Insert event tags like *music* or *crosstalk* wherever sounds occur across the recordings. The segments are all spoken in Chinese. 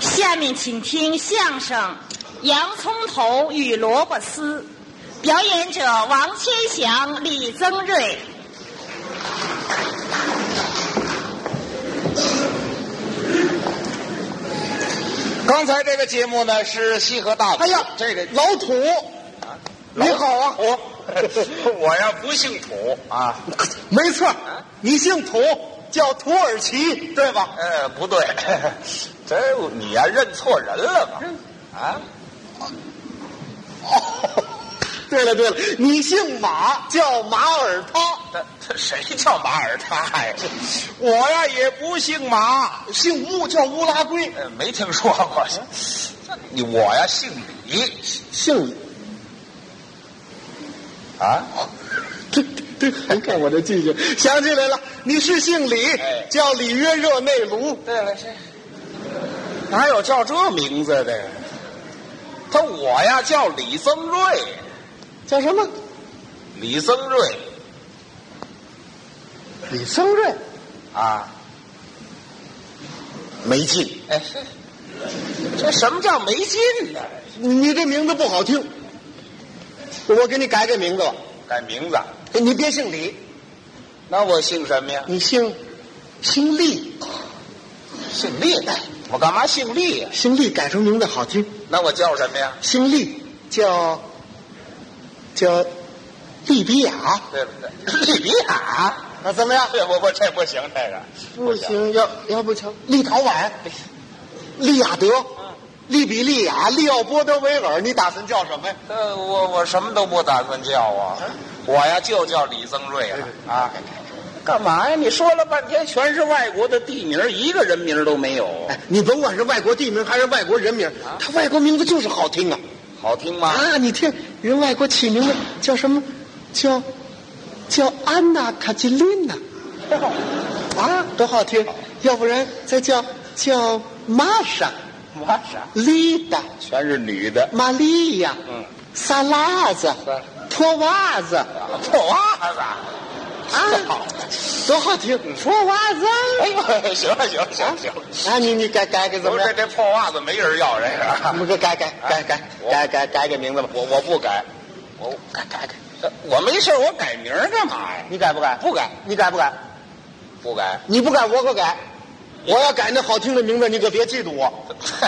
下面请听相声《洋葱头与萝卜丝》，表演者王千祥、李增瑞。刚才这个节目呢是西河大鼓，哎呀，这个老土，你好啊，我我 *laughs* 呀不姓土啊，没错，你姓土，叫土耳其，对吧？呃不对， *laughs* 这你呀认错人了吧？嗯啊，哦对了对了，你姓马，叫马耳他，这这谁叫马耳他 *laughs* 呀？我呀也不姓马，姓乌叫乌拉圭，嗯呃没听说过。这你我呀姓李姓啊，这这，你看我这记性，想起来了，你是姓李哎，叫里约热内卢，对了是，哪有叫这名字的？他我呀叫李增瑞，叫什么？李增瑞李增瑞，啊，没劲，哎是，这什么叫没劲呢？你这名字不好听，我给你改改名字吧，改哎名字。你别姓李，那我姓什么呀？你姓姓厉。姓厉。我干嘛姓厉呀？姓厉改成名字好听，那我叫什么呀？姓厉叫叫利比亚， *laughs* 对不对？利比亚。那怎么样？这不不这不行，这个不。行，要要不成立陶宛、利雅得、利比利亚、利奥波德维尔，你打算叫什么呀？呃，我我什么都不打算叫啊，我呀就叫李增瑞了啊。干嘛呀？你说了半天全是外国的地名，一个人名都没有，哎，你甭管是外国地名还是外国人名，他外国名字就是好听啊！好听吗？啊，你听人外国起名字叫什么？叫叫安娜卡捷琳 *laughs* 娜。啊，多好听！要不然再叫叫玛莎、妈啥？丽达、全是女的。玛利亚、嗯，萨拉子是、脱袜子啊， *laughs* 破袜子。啊 *laughs* 好多好听！脱袜子，哎呦，行了行了行了行了，啊，你你改改改怎不么是样？这破袜子没人要这我个。啊们给改改改改我改改改改名字吧。我我不改，我改改改，我没事儿我改名儿干嘛呀？你改不改？不改，你改不改？不改，你不改，我可改。我要改那好听的名字，你可别嫉妒我。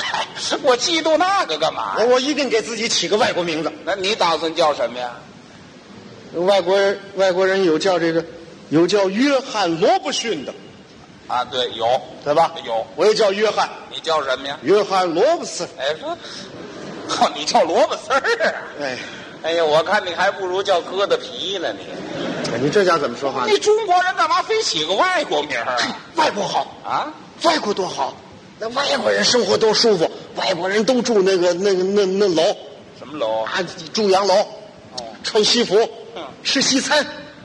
*laughs* 我嫉妒那个干嘛我呀？我一定给自己起个外国名字。那你打算叫什么呀？外国人外国人有叫这个，有叫约翰罗布逊的，啊，对，有，对吧？有，我也叫约翰，你叫什么呀？约翰罗布斯。哎，说， *laughs* 靠，你叫萝卜丝儿啊？哎，哎呀，我看你还不如叫疙瘩皮呢，你。你这叫怎么说话呢你？中国人干嘛非起个外国名儿哎外国好，啊？啊？外国多好，那外国人生活多舒服，外国人都住那个那个那那楼什么楼？啊，住洋楼，穿西服嗯，吃西餐，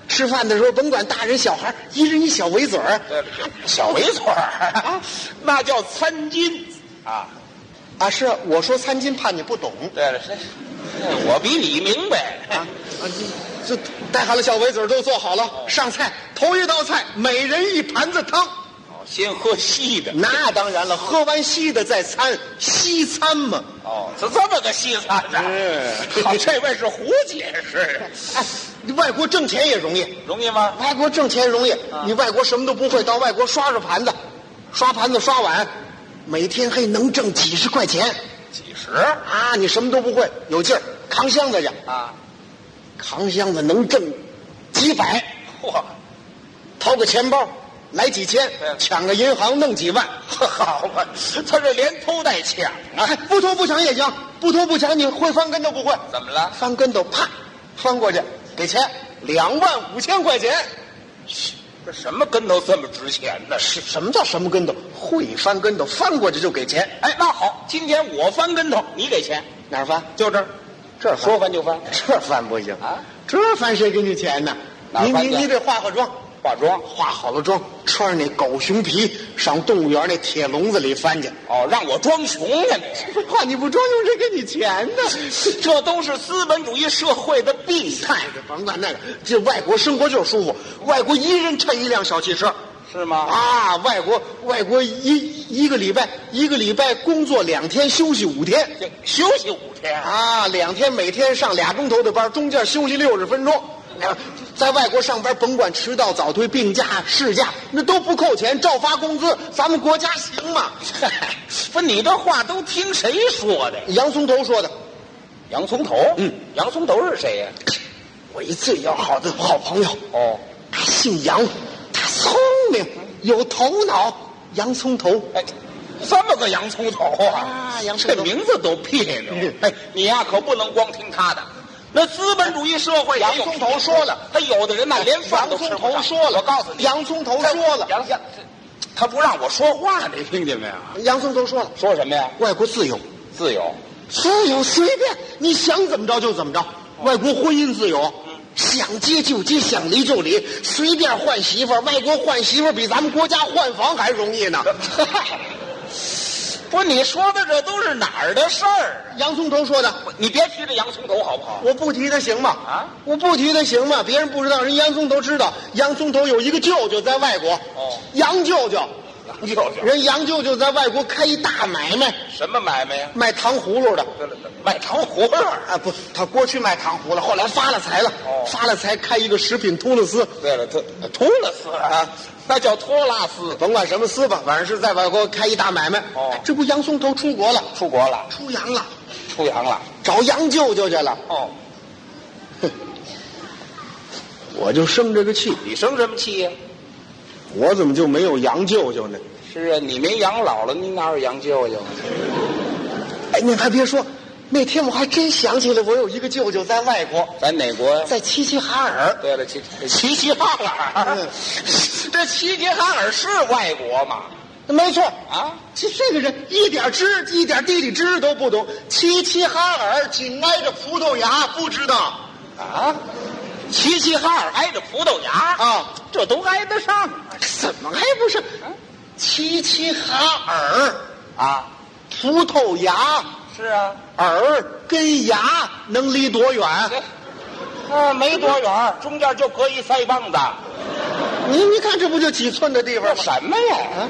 吃饭的时候甭管大人小孩，一人一小围嘴儿对小围嘴儿 *laughs* 啊，那叫餐巾啊。啊。是啊我说餐巾怕你不懂对了，是，我比你明白啊啊，这带好了小围嘴儿都做好了，上菜头一道菜，每人一盘子汤。哦先喝稀的。那当然了，喝完稀的再餐，西餐嘛。哦，是这么个西餐的。嗯好，这位是胡解释，哎，外国挣钱也容易，容易吗？外国挣钱容易，啊你外国什么都不会，到外国刷刷盘子，刷盘子刷碗，每天还能挣几十块钱几十啊！你什么都不会，有劲儿，扛箱子去，啊？扛箱子能挣几百，嚯，掏个钱包来几千嗯，抢个银行弄几万， *laughs* 好嘛，他这连偷带抢啊！哎，不偷不抢也行，不偷不抢你会翻跟头不会？怎么了？翻跟头啪翻过去，给钱两万五千块钱。这什么跟头这么值钱呢？是。什么叫什么跟头？会翻跟头，翻过去就给钱。哎，那好，今天我翻跟头，你给钱，哪儿翻？就这儿，这儿翻说翻就翻，这翻不行啊！这翻谁给你钱呢？哪儿你翻你去你得化化妆，化妆化好了妆，穿上那狗熊皮，上动物园那铁笼子里翻 *laughs* 去。哦，让我装穷呢你。怕你不装，用谁给你钱呢？ *laughs* 这都是资本主义社会的病态。嗨，甭管那个，这外国生活就是舒服。外国一人趁一辆小汽车，是吗？啊，外国外国一一个礼拜一个礼拜工作两天，休息五天就休息五天啊，啊，两天每天上俩钟头的班，中间休息六十分钟。啊在外国上班，甭管迟到、早退、病假、事假，那都不扣钱，照发工资。咱们国家行吗？ *laughs* 不，你这话都听谁说的？洋葱头说的，洋葱头，嗯，洋葱头是谁呀、我一最要好的好朋友，哦，他姓杨，他聪明，有头脑，洋葱头。哎，这么个洋葱头啊，啊洋葱这头名字都别扭嗯。哎，你呀、可不能光听他的。那资本主义社会，洋葱头说了，他有的人呐、连饭洋都吃不葱头上说了，我告诉你，洋葱头说了，杨杨，他不让我说话，你听见没有？洋葱头说了，说什么呀？外国自由，自由。 *laughs* 自由随便，你想怎么着就怎么着。外国婚姻自由，想结就结，想离就离，随便换媳妇儿。外国换媳妇儿比咱们国家换房还容易呢。不是你说的这都是哪儿的事儿啊？洋葱头说的，你别提这洋葱头好不 *laughs* 好？我不提他行吗？啊，我不提他行吗？别人不知道，人洋葱头知道。洋葱头有一个舅舅在外国，哦杨舅舅，洋舅舅，人杨舅舅在外国开一大买卖，什么买卖呀？卖糖葫芦的。对了对了卖糖葫芦儿。啊，不，他过去卖糖葫芦，后来发了财了，哦发了财开一个食品托勒斯，对了，托托勒斯啊，那叫托拉斯，甭管什么斯吧，反正是在外国开一大买卖。哎哦这不洋葱头出国了，出国了，出洋了，出洋了。找洋舅舅去了。哦，我就生这个气，你生什么气呀、我怎么就没有洋舅舅呢？是啊，你没养老了，你哪有洋舅舅？哎，您还别说，那天我还真想起来，我有一个舅舅在外国，在哪国呀？在齐齐哈尔。对了，齐齐齐哈尔，嗯这齐齐哈尔是外国吗？没错，啊，这这个人一点知一点地理知识都不懂。齐齐哈尔紧挨着葡萄牙，不知道啊，齐齐哈尔挨着葡萄牙啊？这都挨得上怎么还哎不是？齐齐哈尔，啊？葡萄牙。是 *laughs* 啊，耳跟牙能离多远？啊，没多远，中间就隔一腮帮子。你你看，这不就几寸的地方那吗？什么呀？啊，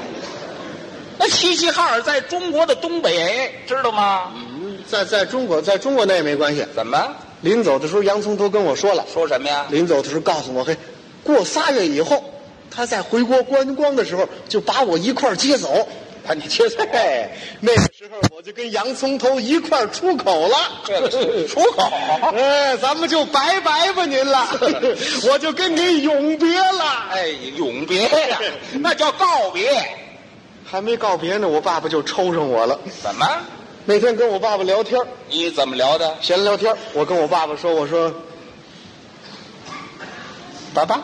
那齐齐哈尔在中国的东北，知道吗？嗯在在中国，在中国那也没关系。怎么临走的时候，洋葱头跟我说了，说什么呀？临走的时候告诉我，嘿，过仨月以后，他在回国观光的时候，就把我一块儿接走。哎把你切碎嘿，那个时候我就跟洋葱头一块儿出口 *laughs* 了。对了出口哎，咱们就拜拜吧您 *laughs* 了，我就跟您永别了。哎，永别呀，那叫告别。还没告别呢，我爸爸就抽上我了。怎么？那天跟我爸爸聊天儿，你怎么聊的？闲聊天儿，我跟我爸爸说，我说，爸爸，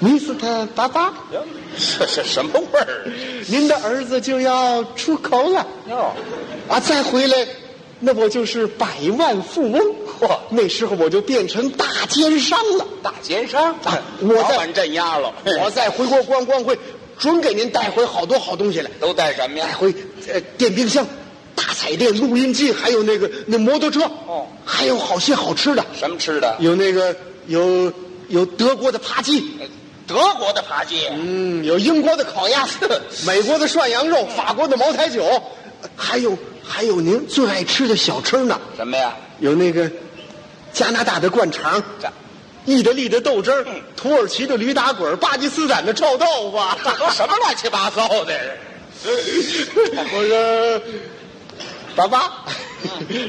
米斯特爸爸，这是什么味儿？您的儿子就要出口了哟，啊！再回来，那我就是百万富翁。嚯那时候我就变成大奸商了。大奸商，我在哎早晚镇压了。我再回国观光会，准给您带回好多好东西来，都带什么带呀？回呃电冰箱、大彩电、录音机，还有那个那摩托车，哦，还有好些好吃的。什么吃的？有那个有有德国的扒哎鸡，德国的扒鸡，嗯，有英国的烤鸭，美国的涮羊肉，法国的茅台酒，还有还有您最爱吃的小吃呢，什么呀？有那个加拿大的灌肠，这意大利的豆汁儿嗯，土耳其的驴打滚儿，巴基斯坦的臭豆腐。这都什么乱七八糟的？我说，爸爸，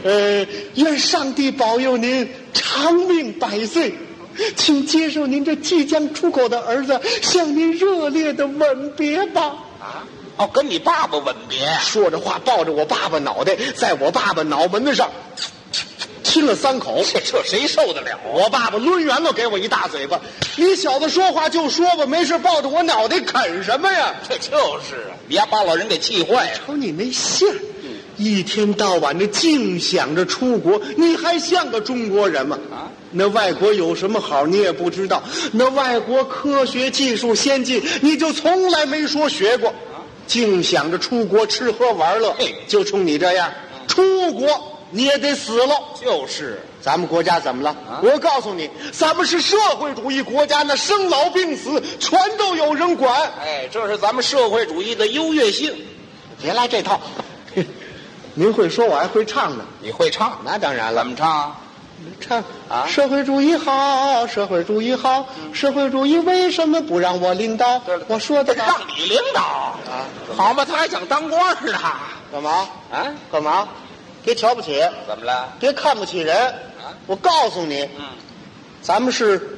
呃，愿上帝保佑您长命百岁，请接受您这即将出口的儿子向您热烈的吻别吧。啊？哦，跟你爸爸吻别。说着话，抱着我爸爸脑袋，在我爸爸脑门子上亲了三口。这这谁受得了啊？我爸爸抡圆了给我一大嘴巴，你小子说话就说吧，没事抱着我脑袋啃什么呀？这就是啊，你丫把老人给气坏了。瞅你那相，一天到晚的净想着出国，你还像个中国人吗？啊，那外国有什么好你也不知道，那外国科学技术先进，你就从来没说学过，净想着出国吃喝玩乐嘿，嗯就冲你这样，出国你也得死了。就是，咱们国家怎么了？我告诉你，咱们是社会主义国家，那生老病死全都有人管。哎，这是咱们社会主义的优越性。别来这套， *laughs* 您会说，我还会唱呢。你会唱？那当然怎了，么唱啊？唱啊社会主义好，社会主义好，社会主义为什么不让我领导对了？我说的吧让你领导啊？好嘛，他还想当官呢。 *laughs* 干嘛？啊？干嘛？别瞧不起，怎么了？别看不起人。我告诉你，啊嗯，咱们是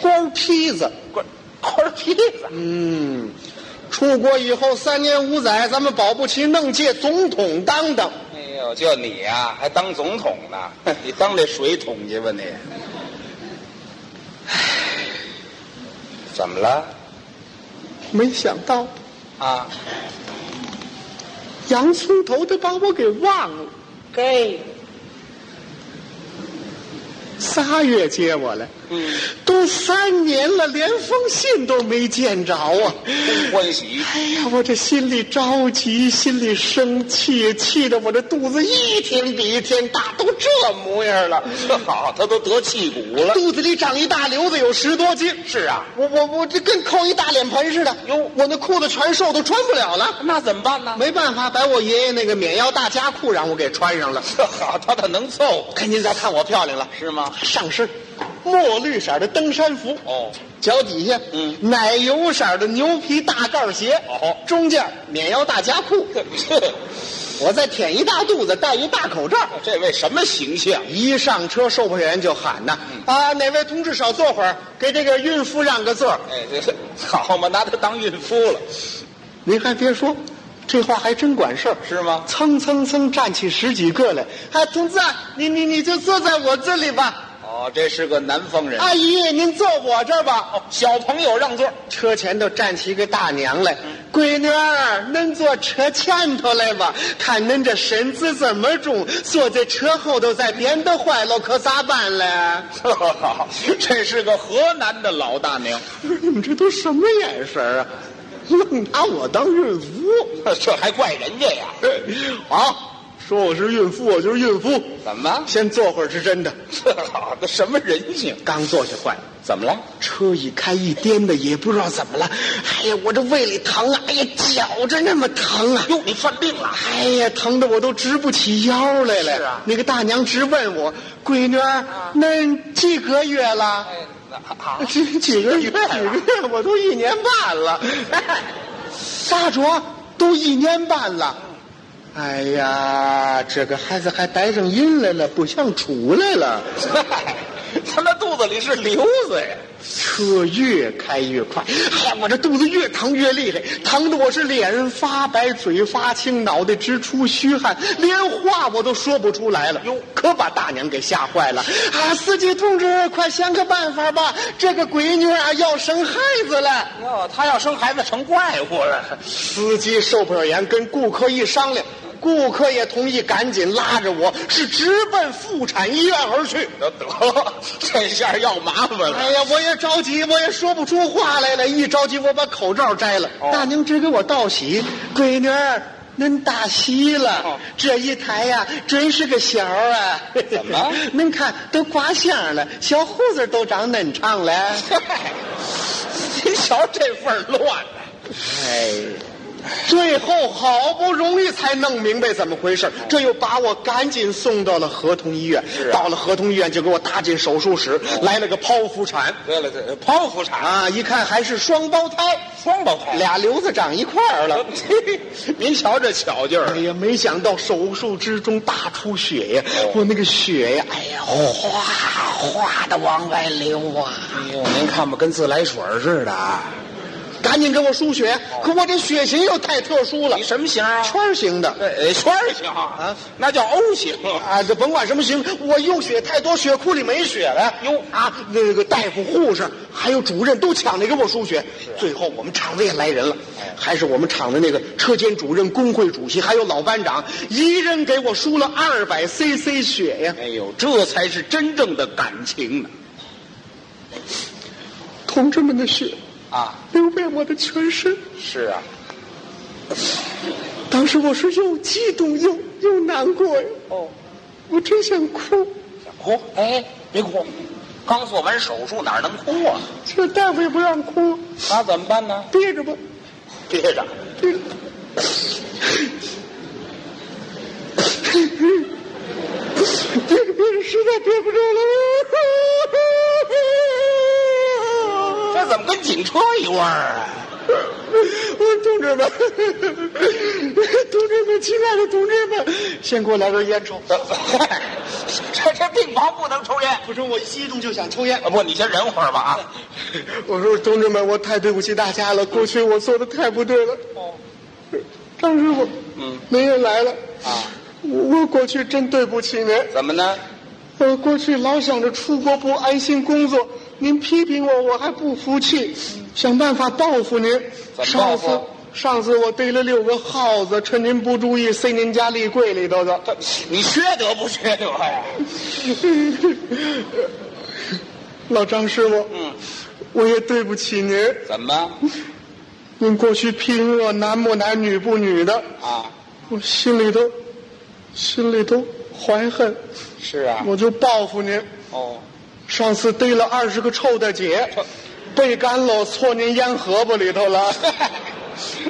官坯子。官官坯子。嗯，出国以后三年五载，咱们保不齐能借总统当当。哎呦，就你呀、还当总统呢？ *laughs* 你当这水桶去吧你！唉怎么了？没想到啊？洋葱头他把我给忘了，嘿，仨月接我来，嗯，都三年了，连封信都没见着啊！嗯欢喜。哎呀，我这心里着急，心里生气，气得我这肚子一天比一天大，都这模样了，这好，他都得气骨了。肚子里长一大瘤子，有十多斤。是啊，我我我这跟扣一大脸盆似的，哟嗯我那裤子全瘦，都穿不了了。那怎么办呢？没办法，把我爷爷那个免腰大夹裤让我给穿上了。这好，他倒能凑，看您再看我漂亮了，是吗？上身墨绿色的登山服，哦，脚底下嗯奶油色的牛皮大盖鞋，哦中间免腰大夹裤，这我再舔一大肚子，戴一大口罩。 *laughs* 这位什么形象？一上车，售票员就喊呐：“嗯啊，哪位同志少坐会儿，给这个孕妇让个座儿。哎，这是 *laughs* 好嘛，拿他当孕妇了，”您还别说，这话还真管事儿。是吗？蹭蹭蹭站起十几个来，啊，同志啊，你你你就坐在我这里吧，哦，这是个南方人。阿姨您坐我这儿吧。哦，小朋友让 *laughs* 座。车前头站起一个大娘来，闺女儿，您坐车前头来吧，看您这身子这么重，坐在车后头再颠倒坏了可咋办嘞？呵呵好，这是个河南的老大娘，不是你们这都什么眼神啊？愣拿我当孕妇？ *laughs* 这还怪人家呀？哎好，说我是孕妇，我就是孕妇。 *laughs* 怎么？先坐会儿是真的， *laughs* 这好的什么人性？刚坐下坏了。怎么了？车一开一颠的，也不知道怎么了。哎呀，我这胃里疼啊！哎呀，绞着那么疼啊！哟，你犯病了？哎呀，疼的我都直不起腰来了。是啊那个大娘直问我：“闺女儿，那几个月了？”哎，那啊，这几个月，几个月，我都一年半了。 *laughs* 大卓都一年半了。哎呀，这个孩子还带上音来了，不像出来了。嗨 *laughs* 他那肚子里是瘤子呀！车越开越快，哎呀，我这肚子越疼越厉害，疼得我是脸发白、嘴发青、脑袋直出虚汗，连话我都说不出来了。哟，可把大娘给吓坏了啊！司机同志，快想个办法吧，这个闺女啊要生孩子了。哟，他要生孩子成怪物了。司机、售票员跟顾客一商量，顾客也同意，赶紧拉着我是直奔妇产医院而去。得得， *laughs* 这下要麻烦哎了。 *laughs* 呀，我也着急，我也说不出话来了。一着急，我把口罩摘了。哦大娘只给我道喜，闺女儿，您大喜了。哦这一抬呀、真是个小儿啊！怎 *laughs* 么您看都刮相了，小胡子都长嫩长了。嗨，您瞧这份儿乱的。哎，最后好不容易才弄明白怎么回事儿，这又把我赶紧送到了合同医院。哦是啊哦到了合同医院就给我搭进手术室，来了个剖腹产。对了，这剖腹产，啊，一看还是双胞胎，双胞胎。俩瘤子长一块儿哦 *laughs* 了。您瞧这巧劲哎儿，呀，没想到手术之中大出血呀哦！我那个血呀，哎呀，哗哗的往外流啊！哎呦，您看吧，跟自来水儿似的啊。哦赶紧给我输血，可我这血型又太特殊了你，什么型啊？圈儿型的。呃，圈儿型啊，那叫 O 型。啊，这甭管什么型，我用血太多，血库里没血了。哟啊，那个大夫、护士还有主任都抢着给我输血。最后我们厂子也来人了，还是我们厂的那个车间主任、工会主席还有老班长，一人给我输了二百 CC 血呀！哎呦，这才是真正的感情呢！同志们的血啊，流遍我的全身，是啊，当时我是又激动又又难过呀，哦，我真想哭。想哭哭，哎，别哭，刚做完手术哪能哭啊？这大夫也不让哭，那怎么办呢？憋着吧，憋着，憋着。憋着憋着，实在憋不住了。这怎么跟警车一味儿啊？ *laughs* 同志们，同志们，亲爱的同志们，先给我来根烟抽。这这病房不能抽烟。不是我心中就想抽烟。啊，不，你先忍会儿吧 *laughs* 啊。我说同志们，我太对不起大家了，过去我做的太不对了。哦，张师傅，嗯您也来了啊，我我过去真对不起您，怎么呢？我呃过去老想着出国不安心工作，您批评我，我还不服气，想办法报复您。怎么报上复次上次我逮了六个耗子，趁您不注意塞您家立柜里头的。这你缺德不缺德呀？老张师傅，嗯，我也对不起您，怎么您过去批评我男不男女不女的， *laughs* 啊？我心里头心里头怀恨，是啊，我就报复您。哦，上次逮了二十个臭大姐，被干喽，错您烟盒子里头了。 *laughs*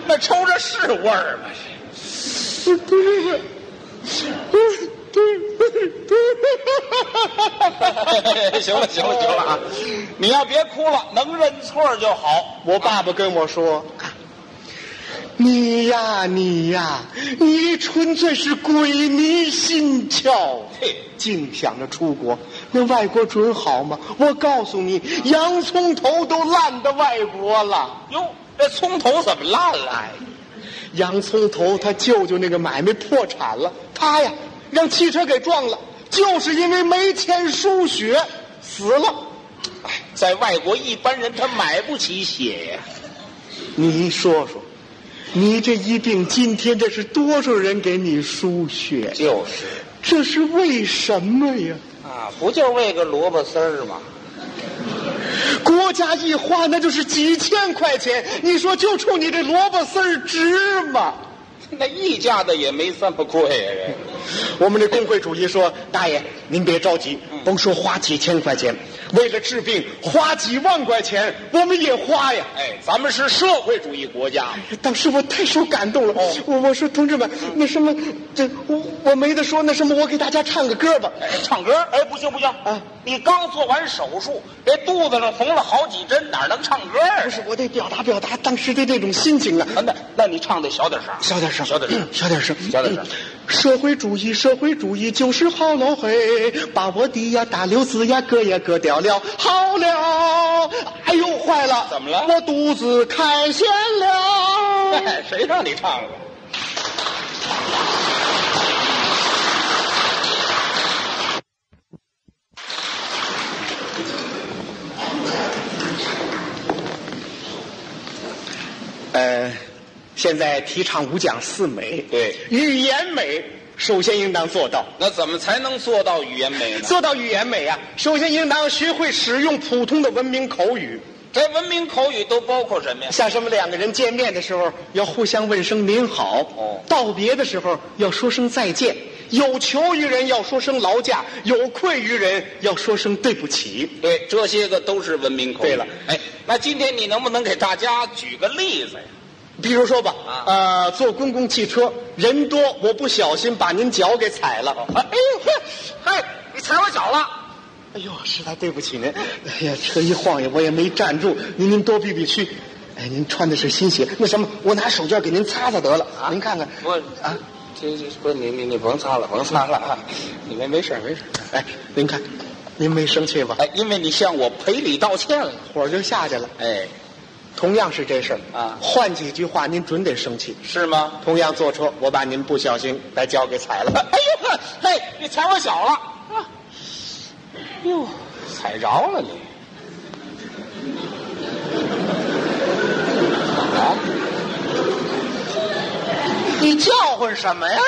那抽着是味儿吗？ *laughs* 对对对行了行了行了啊！你要别哭了，能认错就好。 *laughs* 我爸爸跟我说：“你呀你呀，你纯粹是鬼迷心窍嘿，净想着出国。那外国准好吗？我告诉你，洋葱头都烂到外国了。”哟，这葱头怎么烂了、洋葱头他舅舅那个买卖破产了，他呀让汽车给撞了，就是因为没钱输血死了。在外国一般人他买不起血呀。你说说，你这一病，今天这是多少人给你输血？就是这是为什么呀？啊，不就为个萝卜丝儿吗？国家一花那就是几千块钱，你说就冲你这萝卜丝儿值吗？那一家的也没这么贵呀、我们的工会主席说：“大爷，您别着急，嗯甭说花几千块钱，为了治病花几万块钱，我们也花呀。哎，咱们是社哦会主义国家，”当时我太受感动了，我我说同志们，那什么，这我我没得说，那什么，我给大家唱个歌吧。哎唱歌哎不行不行啊！你刚做完手术，这肚子上缝了好几针，哪能唱歌啊不？是，我得表达表达当时的这种心情啊。啊那那你唱得小点声，小点声，，小点声小点声，嗯小点声。社会主义，社会主义就是好了嘿，把我的呀大瘤子呀割呀割掉了，好了，哎呦坏了，怎么了我肚子开弦了。 *laughs* 哎谁让你唱了？呃，现在提倡五讲四美，对语言美首先应当做到。那怎么才能做到语言美呢？做到语言美啊，首先应当学会使用普通的文明口语。这文明口语都包括什么呀？像什么两个人见面的时候要互相问声您好，哦道别的时候要说声再见，有求于人要说声劳驾，有愧于人要说声对不起。对，这些个都是文明口语。对了哎，那今天你能不能给大家举个例子呀？比如说吧，啊呃，坐公共汽车人多，我不小心把您脚给踩了，啊哎呦嘿，嘿，你踩我脚了。哎呦，实在对不起您，哎呀，车一晃悠我也没站住，您您多避避屈。哎，您穿的是新鞋，那什么，我拿手绢给您擦擦得了，您看看，不啊。这这不是你你你甭擦了，甭擦了啊！你没没事儿没事儿。哎，您看，您没生气吧？哎，因为你向我赔礼道歉了。火就下去了。哎，同样是这事儿啊换几句话您准得生气。是吗？同样坐车，我把您不小心把脚给踩了。 *laughs* 哎呦呵，嘿，你踩我脚了。啊哟，踩着了你。啊！ *laughs* 你叫唤什么呀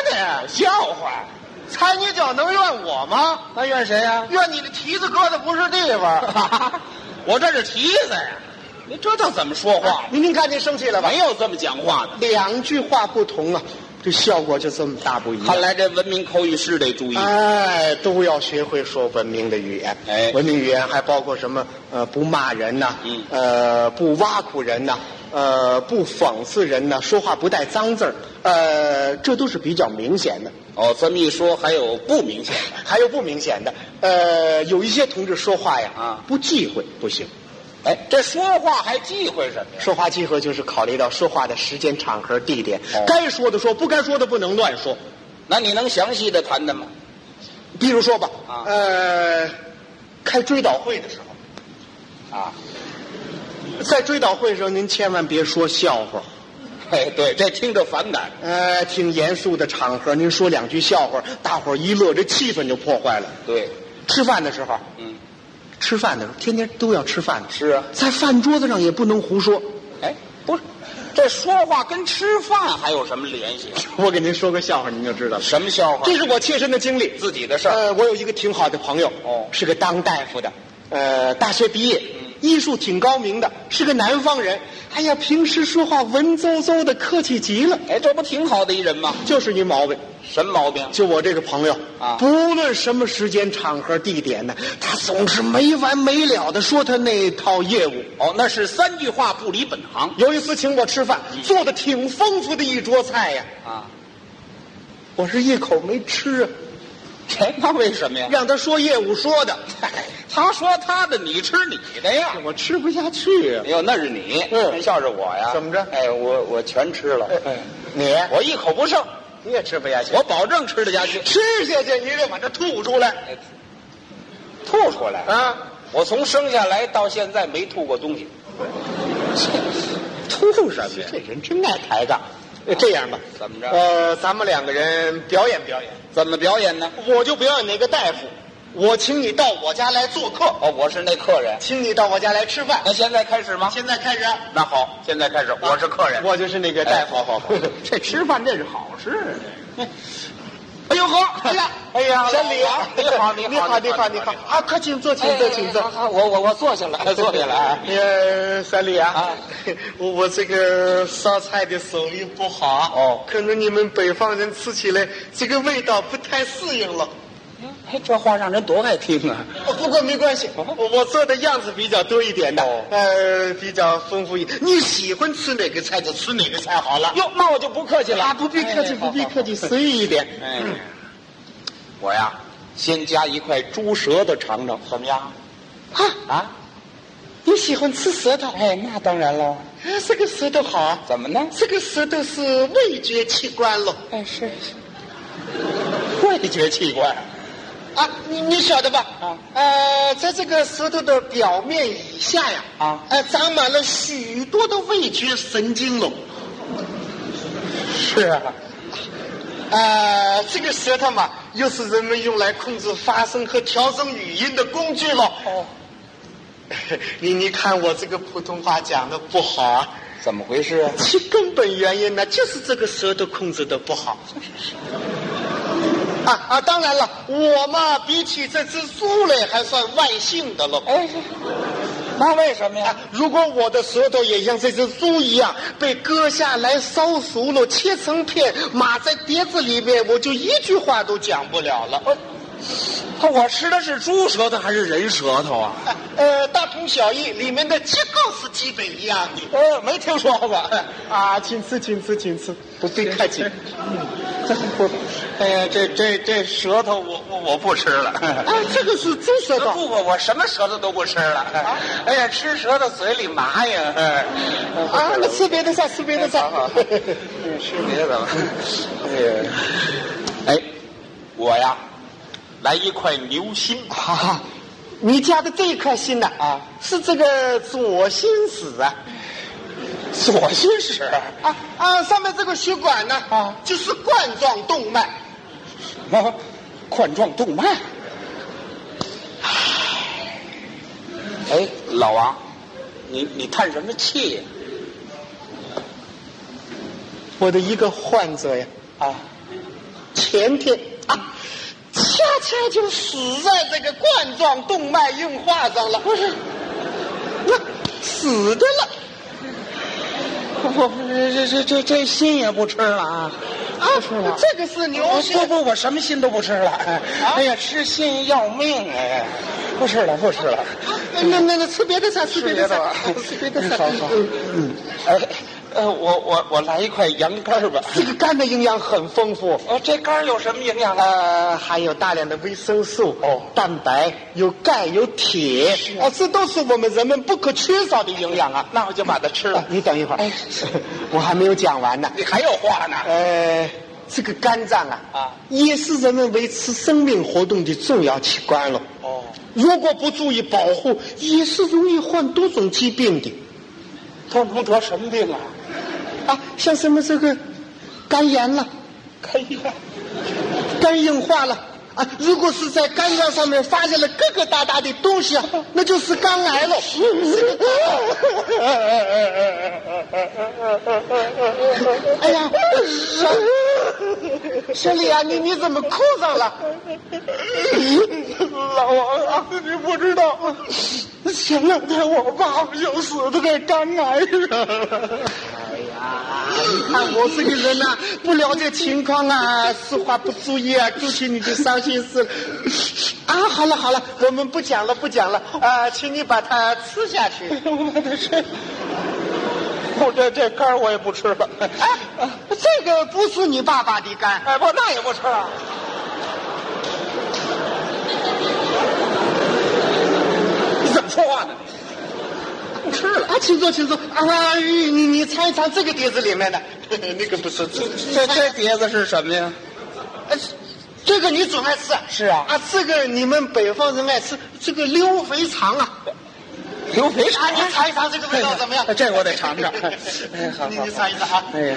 你？笑话，踩你脚能怨我吗？那怨谁呀、怨你的蹄子搁的不是地方。 *laughs* 我这是蹄子呀！哎您这叫怎么说话？您您看您生气了吧？没有这么讲话的。两句话不同啊，这效果就这么大不一样。看来这文明口语是得注意。哎，都要学会说文明的语言。哎文明语言还包括什么？呃，不骂人呐、嗯呃，不挖苦人呐、呃，不讽刺人呐、说话不带脏字儿，呃，这都是比较明显的。哦，这么一说还有不明显的，还有不明显的，呃，有一些同志说话呀，啊不忌讳不行。哎，这说话还忌讳什么呀？说话忌讳就是考虑到说话的时间、场合、地点，哦该说的说，不该说的不能乱说。那你能详细的谈谈吗？ *laughs* 比如说吧，啊呃，开追悼会的时候。啊，在追悼会上，您千万别说笑话。哎，对，这听着反感。呃，挺严肃的场合，您说两句笑话，大伙儿一乐，这气氛就破坏了。对，吃饭的时候，嗯，吃饭的时候，天天都要吃饭的，是啊。在饭桌子上也不能胡说。哎，不是，这说话跟吃饭还有什么联系？我给您说个笑话，您就知道了。什么笑话？这是我切身的经历，自己的事儿。呃，我有一个挺好的朋友，哦嗯是个当大夫的，呃，大学毕业，医术挺高明的，是个南方人。哎呀，平时说话文绉绉的，客气极了，哎，这不挺好的一人吗？就是一毛病。什么毛病？就我这个朋友啊不论什么时间、场合、地点呢，他总是没完没了的说他那套业务。哦，那是三句话不离本行有一次请我吃饭，嗯做的挺丰富的一桌菜呀，啊。我是一口没吃啊，这哎那为什么呀？让他说业务说的， *laughs* 他说他的，你吃你的呀。我吃不下去啊呀哎。呦，那是你，嗯那笑是我呀。怎么着哎，我我全吃了，哎你我一口不剩，你也吃不下去我保证吃得下去。哎吃下去你得把它吐出来吐出来！啊！我从生下来到现在没吐过东西。吐什么呀？这人真爱抬杠。这样吧，怎么着呃，咱们两个人表演表演。怎么表演呢？我就表演那个大夫，我请你到我家来做客，哦，我是那客人。请你到我家来吃饭。那现在开始吗？现在开始啊，那好，现在开始，我是客人。我就是那个大夫。哎好好好 *laughs* 这吃饭这是好事。哎呦呵，哎呀，哎呀，真礼啊你好，你你好好，你好，你好你好啊！快请坐，请坐，请坐。好，啊我我我坐下 *laughs* *laughs* 了，哎坐下了。呃，三里啊啊， *laughs* 我我这个烧菜的手艺不好哦可能你们北方人吃起来这个味道不太适应了。哎，这话让人多爱听啊！哦不过没关系，我我做的样子比较多一点的，哦呃，比较丰富一点。你喜欢吃哪个菜就吃哪个菜好了。哟，那我就不客气了啊，不必客气，不必客。气，随意一点。嗯哎，我呀，先加一块猪舌头尝尝，怎么样？啊，啊？你喜欢吃舌头？哎，那当然喽。啊这个舌头好啊，怎么 *laughs* 呢？这个舌头是味觉器官了哎，是是。味觉器官。啊，你你晓得吧？啊呃，在这个舌头的表面以下呀，啊呃，长满了许多的味觉神经了。是啊。呃，这个舌头嘛，又是人们用来控制发声和调整语音的工具了。哦。 *laughs* 你你看我这个普通话讲的不好啊，怎么回事啊？其根本原因呢，就是这个舌头控制的不好。啊啊，当然了，我嘛，比起这只猪类还算万幸的了。哎，那为什么啊呀？如果我的舌头也像这只猪一样被割下来烧熟了，切成片，码在碟子里面，我就一句话都讲不了了。我吃的是猪舌头还是人舌头啊？呃，大同小异，里面的结构是基本一样的。呃，没听说过。啊，请吃，请吃，请吃，不必客 *laughs* 气。嗯，哎呀，这这这舌头我我我不吃了。啊，这个是猪舌头。不不，我什么舌头都不吃了。 *laughs* 哎呀，吃舌头嘴里麻呀。啊，那吃别的菜，吃别的菜。吃别的吧。 *laughs* 哎呀，哎，我呀，来一块牛心。啊，你家的这一块心呐，啊，是这个左心室啊。左心室？啊啊，上面这个血管呢，啊就是冠状动脉。啊，冠状动脉。哎，老王，你你叹什么气呀？我的一个患者呀，啊，前天啊，恰恰就死在这个冠状动脉硬化上了，不是，那死的了。我这这这这心也不吃了啊！啊不吃了这个是牛心不不，我什么心都不吃了。哎哎呀，吃心要命哎！不吃了，不吃了。那那那吃别的菜，吃别的菜吧， *laughs* 吃别的菜。好好。嗯嗯，哎，呃，我我我来一块羊肝吧。这个肝的营养很丰富，哦，这肝有什么营养啊？呃，含有大量的维生素、哦蛋白、有钙、有铁，啊，这都是我们人们不可缺少的营养啊。那我就把它吃啊了。你等一会儿， *laughs* 我还没有讲完呢。你还有话呢？呃，这个肝脏啊，啊也是人们维持生命活动的重要器官了。哦，如果不注意保护，也是容易患多种疾病的多能得什么病啊？啊，像什么这个肝炎了、可以啊。肝硬化了啊。如果是在肝脏上面发现了疙疙瘩瘩的东西啊，那就是肝 *laughs* 癌了。哎呀，小小李啊，你你怎么哭上 *laughs* 了？老啊王，你不知道，前两天我爸爸就死在这肝癌上。哎看我这个人呐、不了解情况啊，说话不注意啊，勾起你的伤心事了。啊，好了好了，我们不讲了不讲了，啊，请你把它吃下去。我把它吃了。我这这肝儿我也不吃了，哎， *laughs* 这个不是你爸爸的肝，哎不，那也不吃啊。你怎么说话呢？不吃了。啊，请坐请坐。啊，你你尝一尝这个碟子里面的， *laughs* 那个不是这这这碟子是什么呀？呃这个你总爱吃啊？是啊啊，这个你们北方人爱吃，这个溜肥肠啊。牛肥肠啊，你尝一尝这个味道怎么样？ *laughs* 这我得尝尝。哎，好你好你好。尝一尝啊。哎呀，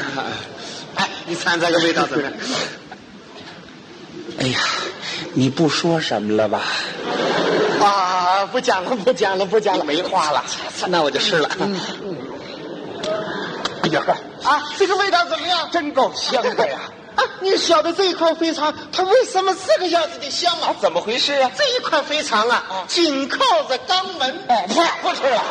哎，你尝这个味道怎么样？哎呀，你不说什么了吧？啊，不讲了，不讲了，不讲了，嗯没话了，那我就吃了。哎呀，啊！这个味道怎么样？真够香的呀！啊，你晓得这一块肥肠它为什么这个样子的香啊？怎么回事啊？这一块肥肠啊，紧靠着肛门。哎，不不吃了。